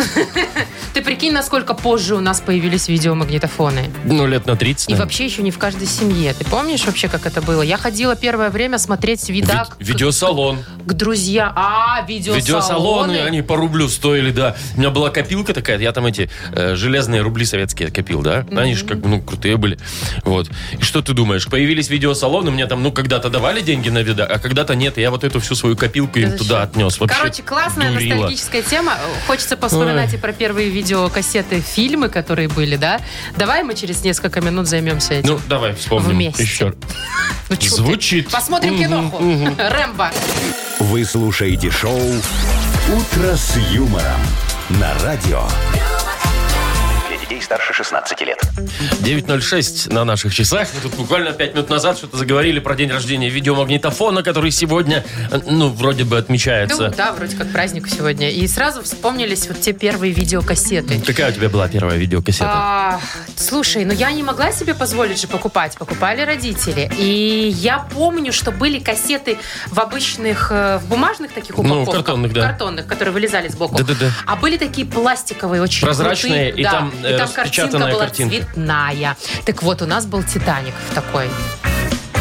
B: Ты прикинь, насколько позже у нас появились видеомагнитофоны.
A: Ну, лет на 30.
B: И
A: наверное.
B: вообще еще не в каждой семье. Ты помнишь вообще, как это было? Я ходила первое время смотреть видак
A: Ви- Видеосалон.
B: к друзьям. А, видеосалоны.
A: Видеосалоны, они по рублю стоили, да. У меня была копилка такая, я там эти э, железные рубли советские копил, да. Они же как бы, ну, крутые были. Вот. И что ты думаешь? Появились видеосалоны, мне там, ну, когда-то давали деньги на вида, а когда-то нет. И я вот эту всю свою копилку им
B: Да
A: туда
B: зачем?
A: отнес. Вообще
B: Короче, классная
A: дурила.
B: ностальгическая тема. Хочется повспоминать
A: Ой.
B: и про первые видеокассеты, фильмы, которые были, да? Давай мы через несколько минут займемся этим.
A: Ну, давай вспомним
B: Вместе.
A: еще.
B: Ну, чё ты?
A: звучит.
B: Посмотрим
A: Мгм,
B: киноху. (laughs) Рэмбо.
C: Вы слушаете шоу «Утро с юмором» на радио.
E: Для детей старше 16 лет.
A: 9.06 на наших часах. Мы тут буквально 5 минут назад что-то заговорили про день рождения видеомагнитофона, который сегодня, э, ну, вроде бы
B: Ну,
A: отмечается.
B: да, вроде как праздник сегодня. И сразу вспомнились вот те первые видеокассеты.
A: Какая у тебя была первая видеокассета?
B: А, слушай, ну я не могла себе позволить же покупать. Покупали родители. И я помню, что были кассеты в обычных, э, в бумажных таких
A: Ну, в
B: упаковках.
A: картонных, да.
B: Картонных, которые вылезали сбоку.
A: Да-да-да.
B: А были такие пластиковые, очень
A: Прозрачные,
B: крутые,
A: и
B: да.
A: там, э,
B: и там картинка
A: распечатанная
B: была
A: картинка.
B: цветная. Так вот, у нас был «Титаник» в такой.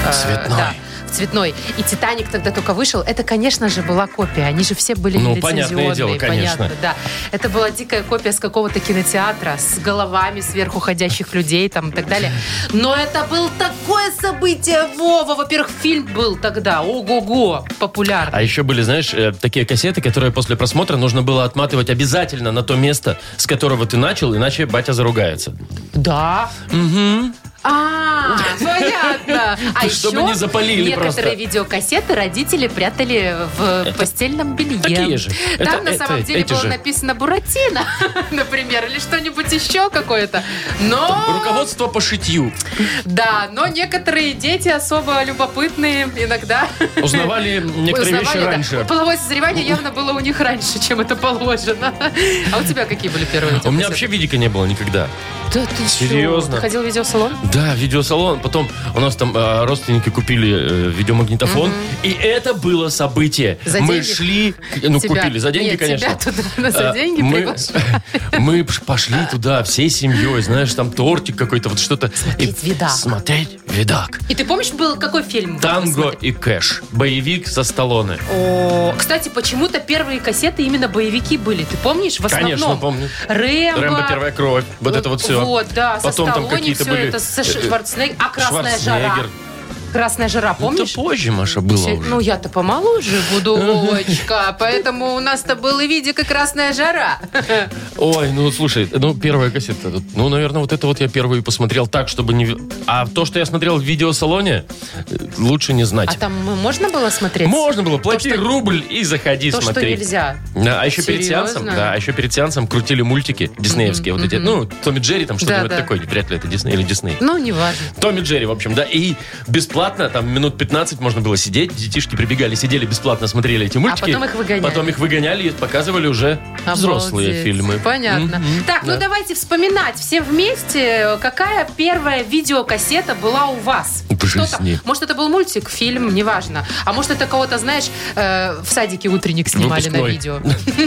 B: э,
A: Цветной.
B: да, в цветной. И «Титаник» тогда только вышел. Это, конечно же, была копия. Они же все были
A: Ну,
B: лицензионные,
A: понятное дело, конечно.
B: понятно, да. Это была дикая копия с какого-то кинотеатра, с головами сверху ходящих людей там и так далее. Но это было такое событие, Вова. Во-первых, фильм был тогда, ого-го, популярный.
A: А еще были, знаешь, э, такие кассеты, которые после просмотра нужно было отматывать обязательно А на то место, с которого ты начал, иначе батя заругается.
B: Да. А, понятно. А
A: Чтобы
B: еще
A: не запалили
B: некоторые
A: просто.
B: видеокассеты родители прятали в постельном белье.
A: такие же. Это-
B: Там на
A: это-
B: самом деле
A: эти
B: было
A: же.
B: написано Буратино, (laughs) например, или что-нибудь еще какое-то. Но,
A: Руководство по шитью.
B: да, но некоторые дети особо любопытные иногда.
A: Узнавали некоторые вещи
B: (laughs) узнавали, да.
A: раньше.
B: Половое созревание явно было у них раньше, чем это положено. А у тебя какие были
A: У
B: первые
A: меня
B: видеокассеты?
A: вообще видика не было никогда.
B: Да ты чё?
A: Серьезно?
B: Ты ходил в видеосалон?
A: Да, видеосалон. Потом у нас там э, родственники купили э, видеомагнитофон. И это было событие.
B: За
A: мы
B: деньги?
A: шли... к- Ну,
B: Тебя-
A: купили за деньги,
B: Нет,
A: конечно.
B: тебя туда на- за
A: А,
B: деньги
A: мы,
B: приглашали.
A: (laughs) мы пш- пошли туда всей семьей, знаешь, там тортик какой-то, вот что-то.
B: Смотреть
A: И
B: «Видак».
A: Смотреть видак.
B: (laughs) И ты помнишь, был какой фильм?
A: Танго и кэш. Боевик со Сталлоне.
B: О, кстати, почему-то первые кассеты именно боевики были. Ты помнишь? В основном
A: Конечно, помню.
B: Рэмбо.
A: Рэмбо первая кровь. Вот это вот все.
B: Вот, да.
A: Потом
B: со
A: там
B: Сталлоне
A: какие-то
B: все
A: были.
B: это, со
A: э, э,
B: Шварценеггер. А «Красная жара».
A: Шварценеггер. Ну,
B: «Красная жара»,
A: Это
B: помнишь?
A: позже, Маша, было
B: Все-
A: уже.
B: Ну, я-то помоложе буду, Вовочка, поэтому у нас-то был и видик, и красная жара.
A: Ой, ну слушай, ну первая кассета. Ну, наверное, вот это вот я первую и посмотрел так, чтобы не... ви- А то, что я смотрел в видеосалоне, э, лучше не знать.
B: А там можно было смотреть?
A: Можно было, плати
B: что-
A: рубль и заходи
B: То, что
A: смотри.
B: нельзя.
A: Да, а еще перед
B: Серьезно?
A: сеансом, да, а еще перед сеансом крутили мультики диснеевские, вот эти, ну, Томми Джерри там что-то
B: Да,
A: вот
B: да.
A: такое, вряд ли это Дисней или Дисней.
B: Ну, неважно.
A: Томми Джерри, в общем, да, и бесплатно, там минут 15 можно было сидеть, детишки прибегали, сидели бесплатно, смотрели эти мультики.
B: А потом их выгоняли.
A: Потом их выгоняли и показывали уже взрослые
B: Обалдеть.
A: фильмы.
B: Понятно.
A: Мгм,
B: Так,
A: да.
B: ну давайте вспоминать все вместе, какая первая видеокассета была у вас?
A: В
B: Что-то-
A: жизни.
B: Может, это был мультик, фильм, неважно. А может, это кого-то, знаешь, э, в садике утренник снимали на
A: Выпускной.
B: видео.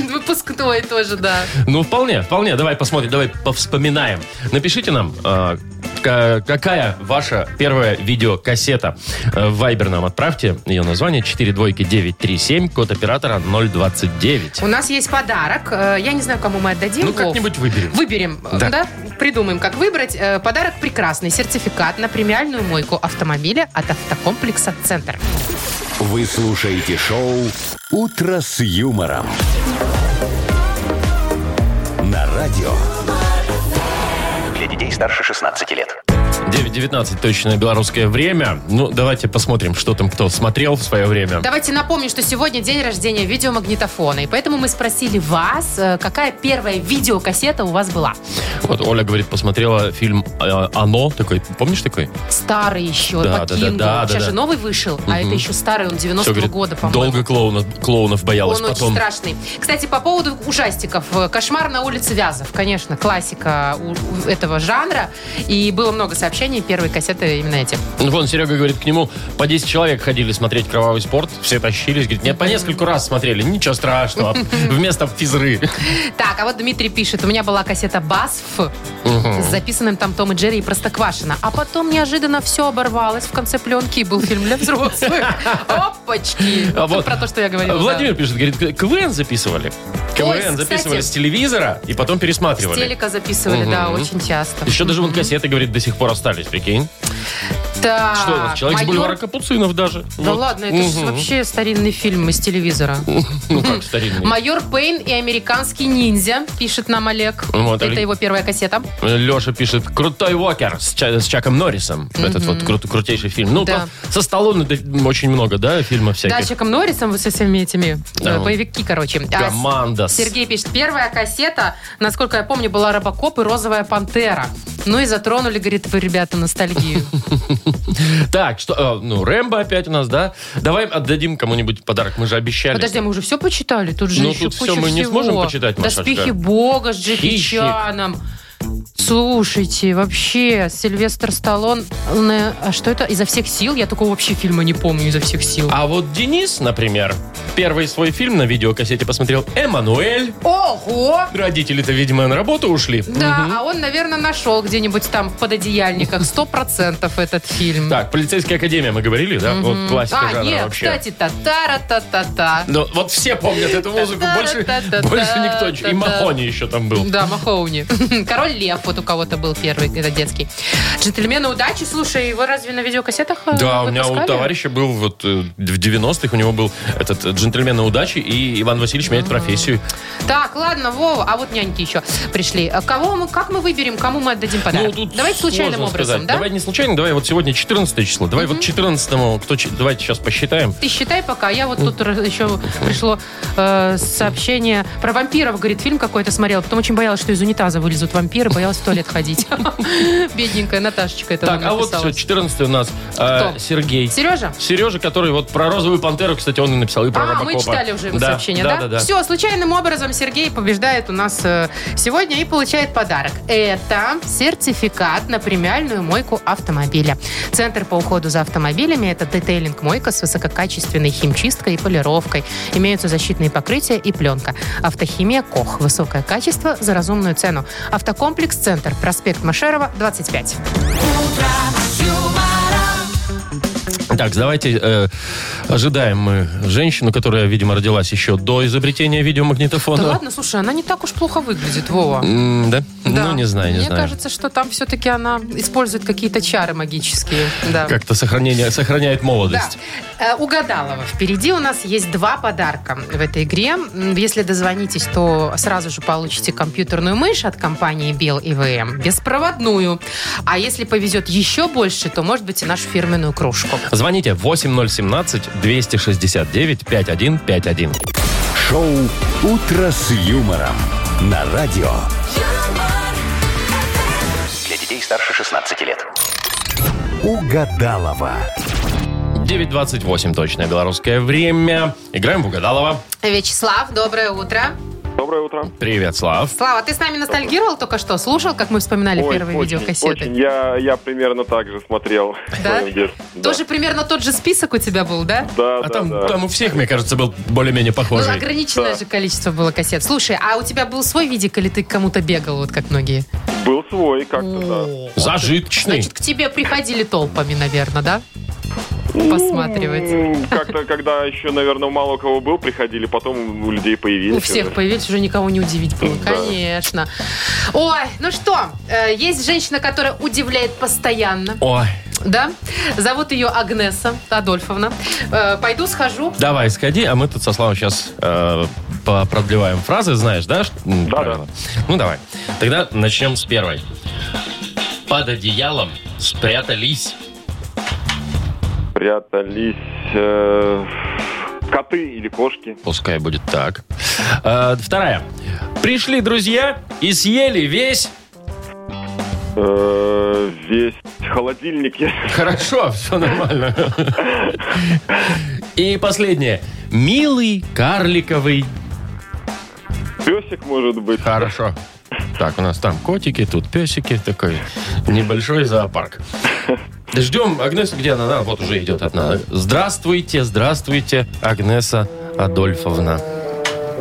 B: (laughs) Выпускной тоже, да.
A: Ну, вполне, вполне. Давай посмотрим, давай повспоминаем. Напишите нам, э, к- какая ваша первая видеокассета. Э, В Viber нам отправьте ее название 42937, код оператора 029.
B: У нас есть подарок. Э, Я не знаю, кому мы отдадим.
A: Ну,
B: Вов.
A: как-нибудь выберем.
B: Выберем, э,
A: Да.
B: да. придумаем, как выбрать. Э, Подарок прекрасный. Сертификат на премиальную мойку автомобиля от автокомплекса «Центр».
C: Вы слушаете шоу «Утро с юмором». На радио.
E: Для детей старше 16 лет.
A: 9.19 точное белорусское время. Ну, давайте посмотрим, что там кто смотрел в свое время.
B: Давайте напомню, что сегодня день рождения видеомагнитофона. И поэтому мы спросили вас, э, какая первая видеокассета у вас была.
A: Вот Оля говорит, посмотрела фильм э, «Оно». Такой, помнишь такой?
B: Старый еще,
A: Да, да,
B: по
A: да,
B: Кингу.
A: да, да,
B: Сейчас
A: да.
B: же новый вышел, а это еще старый, он 90-го
A: Всё, говорит,
B: года, по-моему.
A: долго клоуна, клоунов боялась.
B: Он
A: Потом
B: очень страшный. Кстати, по поводу ужастиков. Э, Кошмар на улице Вязов. Конечно, классика у- у этого жанра. И было много сообщений, первые кассеты именно эти.
A: Ну, Вон Серега говорит, к нему по 10 человек ходили смотреть кровавый спорт, все тащились, говорит, нет, по нескольку раз смотрели, ничего
B: (laughs)
A: страшного, вместо физры.
B: Так, а вот Дмитрий пишет, у меня была кассета «Басф» с записанным там Том и Джерри и Простоквашино. А потом неожиданно все оборвалось в конце пленки и был фильм для
A: (laughs)
B: взрослых. Опачки!
A: А вот
B: Про то, что я говорила. да.
A: Владимир пишет, говорит, КВН записывали.
B: Ой,
A: КВН записывали с
B: кстати.
A: телевизора и потом
B: С
A: пересматривали.
B: телека записывали, да,
A: Мгм.
B: очень часто.
A: Еще даже вон кассеты, говорит, до сих пор остались, прикинь.
B: Так,
A: Что у нас, человек с
B: А, «Майор»?
A: бульвара Капуцинов даже.
B: Да
A: Вот.
B: ладно, это же
A: Мгм.
B: вообще старинный фильм из телевизора.
A: (laughs) Ну как, старинный.
B: Майор Пейн и американский ниндзя, пишет нам Олег.
A: Вот,
B: Это
A: Олег.
B: его первая кассета.
A: Леша пишет, крутой Уокер с, Ча- с Чаком Норрисом. Этот вот крут- крутейший фильм. Ну,
B: Да.
A: по- со Сталлоне да, очень много, да, фильмов
B: Да,
A: всяких.
B: с Чаком Норрисом, вот со всеми этими
A: Да,
B: э,
A: он-
B: боевики, короче. А,
A: Команда. с-
B: Сергей пишет, первая кассета, насколько я помню, была «Робокоп» и «Розовая пантера». Ну и затронули, говорит, вы,
A: (laughs)
B: ребята, ностальгию.
A: Так, что, э, ну, Рэмбо опять у нас, да? Давай отдадим кому-нибудь подарок, мы же обещали.
B: Подожди, а мы уже все почитали? Тут же
A: Ну,
B: еще
A: тут
B: куча
A: всё мы не
B: всего.
A: сможем почитать, Машечка.
B: «Доспехи Бога» с Джеки
A: «Хищник».
B: Чаном. Слушайте, вообще, Сильвестр Сталлоне, а что это? «Изо всех сил»? Я такого вообще фильма не помню «Изо всех сил».
A: А вот Денис, например, первый свой фильм на видеокассете посмотрел «Эммануэль».
B: Ого!
A: Родители-то, видимо, на работу ушли.
B: Да, а он, наверное, нашел где-нибудь там в пододеяльниках. Сто процентов этот фильм.
A: Так, «Полицейская академия» мы говорили, да? Вот классика
B: а,
A: жанра
B: нет,
A: вообще.
B: кстати, татара-та-та-та.
A: Ну, вот все помнят эту музыку, больше,
B: Та-та-та-та-та.
A: больше никто. И Махони еще там был.
B: Да, Махоуни. (laughs) Король Лев, вот у кого-то был первый, это детский. Джентльмены удачи, слушай, вы разве на видеокассетах э,
A: Да, у меня у
B: выпускали?
A: товарища был вот э, в 90-х, у него был этот э, джентльмены удачи, и Иван Васильевич меняет профессию.
B: Так, ладно, Вова, а вот няньки еще пришли. А Кого мы, как мы выберем, кому мы отдадим подарок? Давайте случайным
A: Ну, сложно
B: образом,
A: сказать.
B: да?
A: Давай не случайно, давай вот сегодня 14 число. Давай вот 14 кто, чи- давайте сейчас посчитаем.
B: Ты считай пока, я вот тут раз- еще пришло э, сообщение про вампиров, говорит, фильм какой-то смотрела, потом очень боялась, что из унитаза вылезут вампиры, боялась в туалет ходить. (laughs) Бедненькая Наташечка это
A: Так,
B: нам
A: а вот
B: написала.
A: все, 14 у нас э,
B: Кто?
A: Сергей.
B: Сережа?
A: Сережа, который вот про розовую пантеру, кстати, он и написал, и про
B: А,
A: Робокопа.
B: мы читали уже его
A: Да,
B: сообщение,
A: да?
B: да?
A: Да, да,
B: Все, случайным образом Сергей побеждает у нас э, сегодня и получает подарок. Это сертификат на премиальную мойку автомобиля. Центр по уходу за автомобилями – это детейлинг-мойка с высококачественной химчисткой и полировкой. Имеются защитные покрытия и пленка. Автохимия КОХ. Высокое качество за разумную цену. Автокомплекс «Центр». Проспект Машерова, 25.
A: Так, давайте э, ожидаем мы женщину, которая, видимо, родилась еще до изобретения видеомагнитофона.
B: Да ладно, слушай, она не так уж плохо выглядит, Вова.
A: М, да?
B: Да.
A: Ну, не знаю, не
B: Мне
A: знаю.
B: кажется, что там все-таки она использует какие-то чары магические. Да.
A: Как-то сохранение, сохраняет
B: Да.
A: молодость.
B: Э, Угадалова. Впереди у нас есть два подарка в этой игре. М, Если дозвонитесь, то сразу же получите компьютерную мышь от компании Bell ИВМ, беспроводную. А если повезет еще больше, то, может быть, и нашу фирменную кружку.
A: Звоните 8017-269-5151.
C: Шоу «Утро с юмором» на радио.
E: Для детей старше 16 лет.
C: Угадалова.
A: 9.28 точное белорусское время. Играем в Угадалова.
B: Вячеслав, доброе утро.
D: Доброе утро.
A: Привет, Слав.
B: Слава, ты с нами ностальгировал только что? Слушал, как мы вспоминали
D: Ой,
B: первые
D: очень,
B: видеокассеты?
D: очень. Я, я примерно так же смотрел.
B: Да?
D: в своем детстве. Да?
B: Тоже примерно тот же список у тебя был, да?
D: Да,
A: А
D: да,
A: там,
D: да.
A: там у всех, мне кажется, был более-менее
B: Ну,
A: похожий.
B: ограниченное
D: Да.
B: же количество было кассет. Слушай, а у тебя был свой видик или ты к кому-то бегал, вот как многие?
D: Был свой как-то,
B: О,
A: Зажиточный.
B: Значит, к тебе приходили толпами, наверное, да?
D: да.
B: Посматривать.
D: М, Как-то, когда еще, наверное, мало у кого был, приходили, потом у людей появились.
B: У всех
D: уже.
B: появились, уже никого не удивить было.
D: Да.
B: Конечно. Ой, ну что, э, есть женщина, которая удивляет постоянно,
A: Ой,
B: да? Зовут ее Агнеса Адольфовна. Э, Пойду схожу.
A: давай, сходи, а мы тут со Славом сейчас продлеваем фразы, знаешь, да? ш- м,
D: Да,
A: правила? Ну, давай. Тогда начнем с первой. Под одеялом спрятались.
D: Прятались э, коты или кошки.
A: Пускай будет так. Э, вторая. Пришли друзья и съели весь...
D: Э, весь холодильник. (laughs) я-
A: Хорошо, все нормально. И последнее. Милый карликовый.
D: Песик, может быть.
B: А.
A: Хорошо. Так, у нас там котики, тут песики, такой небольшой зоопарк. Ждем Агнесу, где она? Да, вот уже идет одна. Здравствуйте, здравствуйте, Агнеса Адольфовна.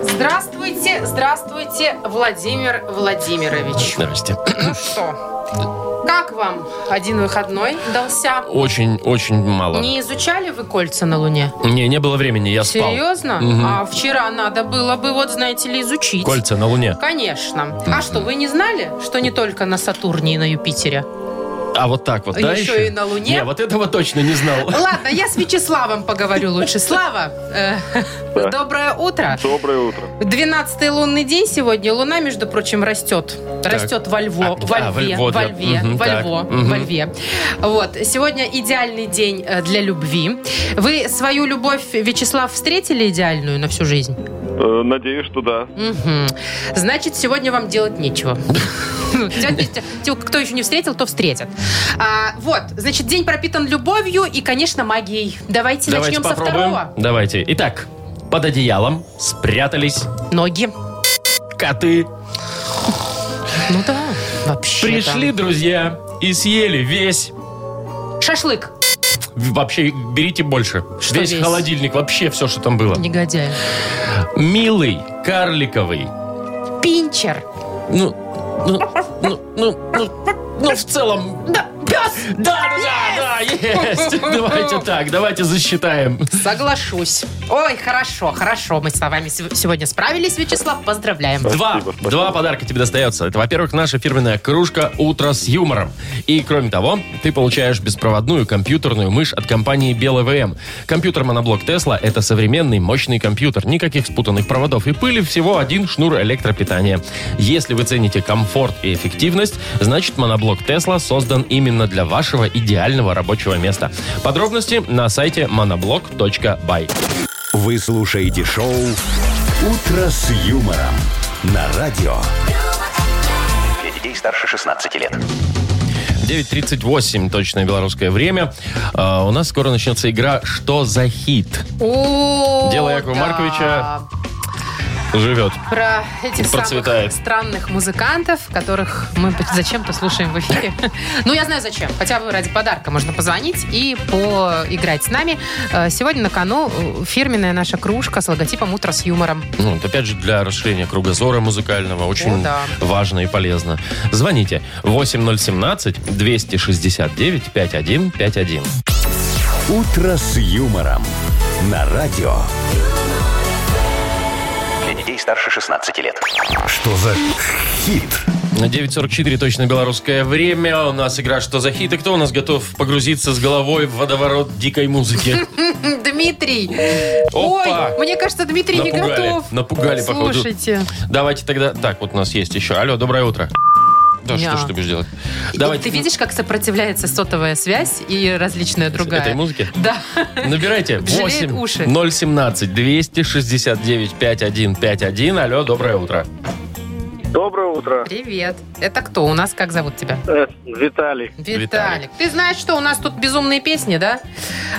B: Здравствуйте, здравствуйте, Владимир Владимирович.
A: Здрасте.
B: Ну что, как вам один выходной дался?
A: Очень, очень мало.
B: Не изучали вы кольца на Луне?
A: Не, не было времени, я спал.
B: Серьезно?
A: Мгм.
B: А вчера надо было бы, вот знаете ли, изучить.
A: Кольца на Луне.
B: Конечно. А что, вы не знали, что не только на Сатурне и на Юпитере?
A: А вот так вот, да?
B: Еще и на Луне?
A: Не, вот этого точно не знал.
B: Ладно, я с Вячеславом поговорю лучше. Слава, э,
D: Да.
B: доброе утро.
D: Доброе утро.
B: 12 лунный день сегодня. Луна, между прочим, растет. Растет во Льво,
A: А, да,
B: во Льве,
A: во Льво,
B: во
A: да.
B: Льве,
A: Мгм,
B: во
A: так.
B: Льво,
A: Мгм.
B: во Льве. Вот. Сегодня идеальный день э, для любви. Вы свою любовь, Вячеслав, встретили идеальную на всю жизнь?
D: Э, надеюсь, что да.
B: Мгм. Значит, сегодня вам
A: (laughs)
B: делать нечего. Сегодня те, Кто еще не встретил, то встретят. А, вот, значит, день пропитан любовью и, конечно, магией.
A: Давайте
B: Давайте, начнем со
A: попробуем.
B: второго.
A: Давайте. Итак, под одеялом спрятались
B: Ноги.
A: коты.
B: Ну да, вообще.
A: Пришли друзья и съели весь.
B: Шашлык.
A: Вообще, берите больше.
B: Что
A: весь,
B: весь?
A: холодильник, вообще все, что там было.
B: Негодяй.
A: Милый, карликовый.
B: Пинчер.
A: Ну, ну, ну, ну, ну, ну, в целом,
B: Да, пес!
A: Да, да, да, да, есть. (laughs) Давайте так, давайте засчитаем.
B: Соглашусь. Ой, хорошо, хорошо. Мы с вами сев- сегодня справились, Вячеслав. Поздравляем.
A: Два,
D: спасибо.
A: два подарка тебе достается. Это, во-первых, наша фирменная кружка «Утро с юмором». И, кроме того, ты получаешь беспроводную компьютерную мышь от компании «БелВМ». Компьютер моноблок Тесла – это современный мощный компьютер. Никаких спутанных проводов и пыли, всего один шнур электропитания. Если вы цените комфорт и эффективность, значит, моноблок Тесла создан именно для вашего идеального рабочего места. Подробности на сайте monoblock.by.
C: Вы слушаете шоу «Утро с юмором» на радио.
E: Для детей старше 16 лет.
A: 9.38, точное белорусское время. А, у нас скоро начнется игра «Что за хит?»
B: О,
A: Дело Якова
B: да.
A: Марковича. Живет.
B: Про этих
A: Процветает.
B: самых странных музыкантов, которых мы зачем-то слушаем в эфире. (laughs) Ну, я знаю зачем. Хотя бы ради подарка можно позвонить и поиграть с нами. Э, Сегодня на кону э, фирменная наша кружка с логотипом «Утро с юмором». (laughs)
A: Ну, вот опять же, для расширения кругозора музыкального очень
B: О, да.
A: важно и полезно. Звоните 8017-269-5151.
C: «Утро с юмором» на радио.
E: Для детей старше 16 лет.
C: Что за хит?
A: На 9.44 точно белорусское время. У нас игра «Что за хит?» И кто у нас готов погрузиться с головой в водоворот дикой музыки?
B: (laughs) Дмитрий!
A: Опа!
B: Ой, мне кажется, Дмитрий не
A: Напугали.
B: готов.
A: Напугали, походу.
B: Слушайте.
A: Давайте тогда... Так, вот у нас есть еще. Алло, доброе утро. Да что
B: Ня.
A: ж ты будешь делать?
B: Вот Ты видишь, как сопротивляется сотовая связь и различная другая.
A: этой музыке?
B: Да.
A: Набирайте
B: Жалеет
A: 8
B: уши.
A: 017 269 5151. Алло, доброе утро.
F: Доброе утро,
B: Привет. Это кто у нас? Как зовут тебя?
F: Э, Виталий.
B: Виталик.
A: Виталик.
B: Ты знаешь, что у нас тут безумные песни, да?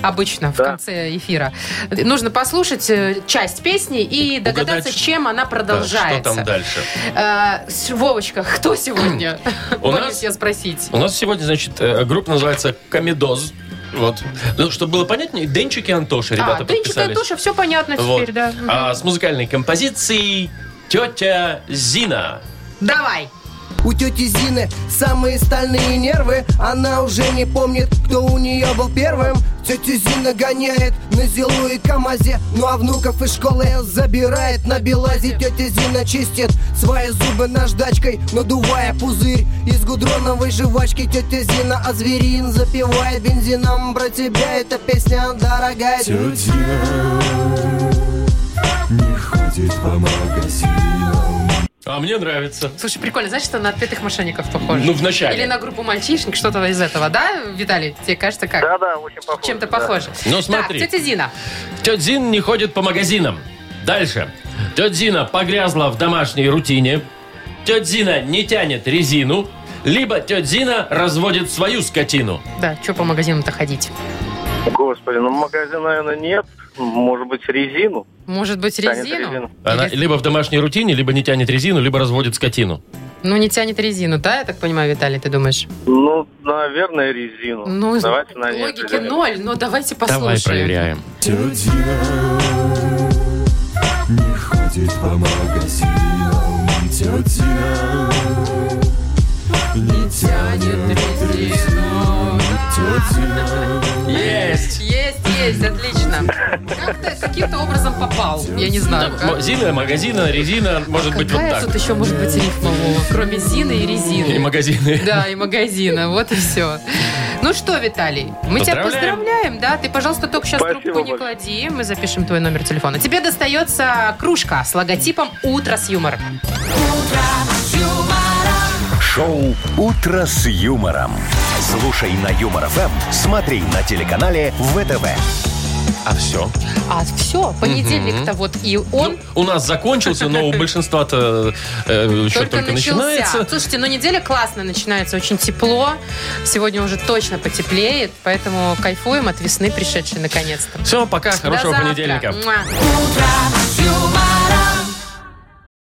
B: Обычно в
F: Да.
B: конце эфира. Нужно послушать э, часть песни и догадаться,
A: Угадать,
B: чем она
A: Да, Что
B: продолжается.
A: там дальше?
B: Э, с- Вовочка, кто сегодня?
A: (clears throat)
B: (clears throat)
A: У
B: Боюсь
A: нас-
B: я спросить.
A: У нас сегодня, значит, э, группа называется «Комедоз». Вот. Ну, чтобы было понятнее, Денчик и Антоша, ребята,
B: а, Денчик и
A: подписались.
B: Антоша, все понятно
A: Вот.
B: теперь, да. Мгм.
A: А с музыкальной композицией «Тетя Зина».
B: Давай.
H: У тети Зины самые стальные нервы Она уже не помнит, кто у нее был первым Тетя Зина гоняет на Зилу и КамАЗе Ну а внуков из школы забирает на Белазе Тетя Зина чистит свои зубы наждачкой Надувая пузырь из гудроновой жвачки Тетя Зина азверин запивает бензином Про тебя эта песня дорогая
A: А мне нравится.
B: Слушай, прикольно, знаешь, что на отпетых мошенников похоже?
A: Ну, вначале.
B: Или на группу мальчишник, что-то из этого, да, Виталий? Тебе кажется, как?
F: Да-да, очень похоже.
B: Чем-то
F: да.
B: похоже.
A: Ну, смотри.
B: Так, тетя Зина.
A: Тетя Зина не ходит по магазинам. Дальше. Тетя Зина погрязла в домашней рутине. Тетя Зина не тянет резину. Либо тетя Зина разводит свою скотину.
B: Да, что по магазинам-то ходить?
F: Господи, ну магазина, наверное, нет. Может быть, резину?
B: Может быть,
F: Тянет
B: резину?
F: резину.
A: Она
B: Или-
A: либо в домашней рутине, либо не тянет резину, либо разводит скотину.
B: Ну, не тянет резину, да, я так понимаю, Виталий, ты думаешь?
F: Ну, наверное, резину.
B: Ну,
F: Давайте на ней
B: логики
F: определим.
B: ноль, но давайте послушаем.
A: Давай проверяем. Есть!
B: Есть, есть, отлично. Как ты каким-то образом попал? Я не знаю,
A: М-
B: как.
A: Зина, магазина, резина, может быть вот
B: Какая
A: так.
B: тут еще может быть рифма, Вова, кроме Зины и резины?
A: И магазины.
B: Да, и магазина, вот и все. Ну что, Виталий, мы тебя
A: Поздравляем.
B: поздравляем, да? Ты, пожалуйста, только сейчас
F: Спасибо
B: трубку не
F: большое.
B: клади, мы запишем твой номер телефона. Тебе достается кружка с логотипом «Утро с юмором».
C: Шоу «Утро с юмором». Слушай на Юмор ФМ, смотри на телеканале ВТВ.
A: А все.
B: А все, понедельник-то вот и он
A: У нас закончился, но у большинства-то э, еще
B: только,
A: только, начинается.
B: Слушайте, ну неделя классно начинается, очень тепло. Сегодня уже точно потеплеет, поэтому кайфуем от весны пришедшей наконец-то.
A: Все, пока,
B: До
A: хорошего
B: завтра.
A: понедельника.
B: Муа.